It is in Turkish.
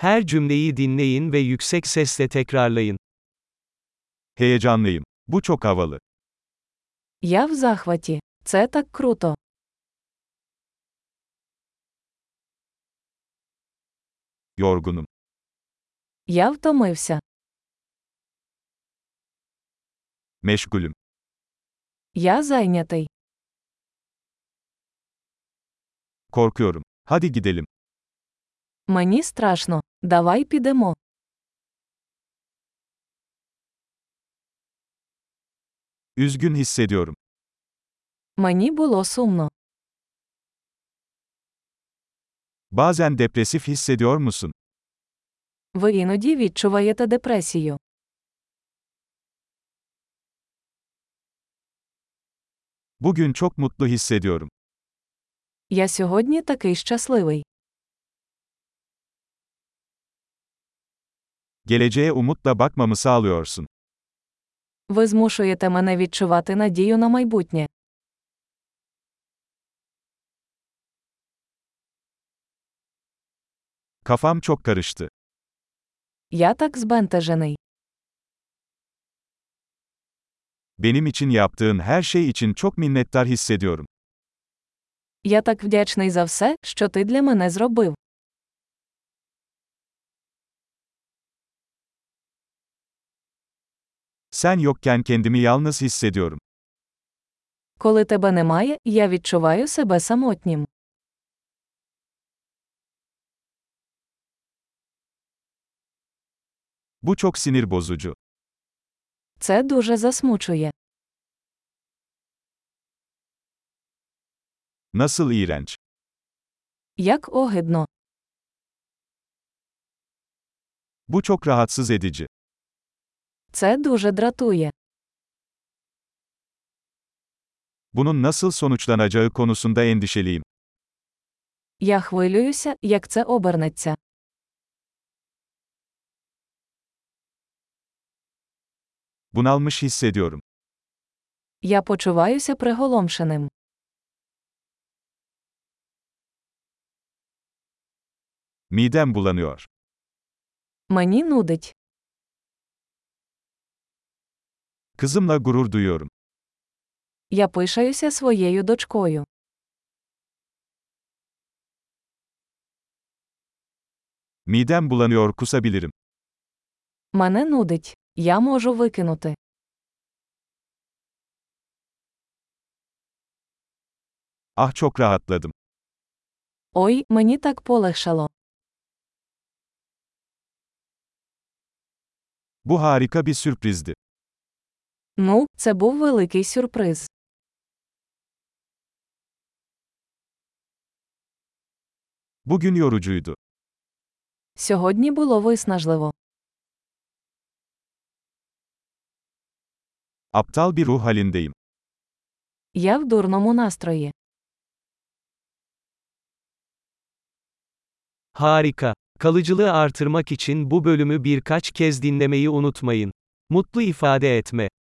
Her cümleyi dinleyin ve yüksek sesle tekrarlayın. Heyecanlıyım. Bu çok havalı. Я в захваті. Це так круто. Yorgunum. Я втомився. Meşgulüm. Я зайнятий. Korkuyorum. Hadi gidelim. Мені страшно. Давай підемо. Üzgün hissediyorum. Мені було сумно. Bazen depresif hissediyor musun? Ви іноді відчуваєте депресію. Bugün çok mutlu hissediyorum. Я сьогодні такий щасливий. Geleceğe umutla bakmamı sağlıyorsun. Ви змушуєте мене відчувати надію на майбутнє. Kafam çok karıştı. Я так збентежений. Benim için yaptığın her şey için çok minnettar hissediyorum. Я так вдячний за все, що ти для мене зробив. Sen yokken kendimi yalnız hissediyorum. Коли тебе немає, я відчуваю себе самотнім. Bu çok sinir bozucu. Це дуже засмучує. Nasıl iğrenç. Як огидно. Bu çok rahatsız edici. Це дуже дратує. Bunun nasıl sonuçlanacağı konusunda endişeliyim. Я хвилююся, як це обернеться. Bunalmış hissediyorum. Я почуваюся приголомшеним. Midem bulanıyor. Мені нудить. Kızımla gurur duyuyorum. Я пишаюся своєю дочкою. Midem bulanıyor kusabilirim. Мене нудить. Я можу викинути. Ah çok rahatladım. Ой, мені так полегшало. Bu harika bir sürprizdi. Ну, це був великий сюрприз. Bugün yorucuydu. Сьогодні було виснажливо. Aptal bir ruh halindeyim. Я в дурному настрої. Harika. Kalıcılığı artırmak için bu bölümü birkaç kez dinlemeyi unutmayın. Mutlu ifade etme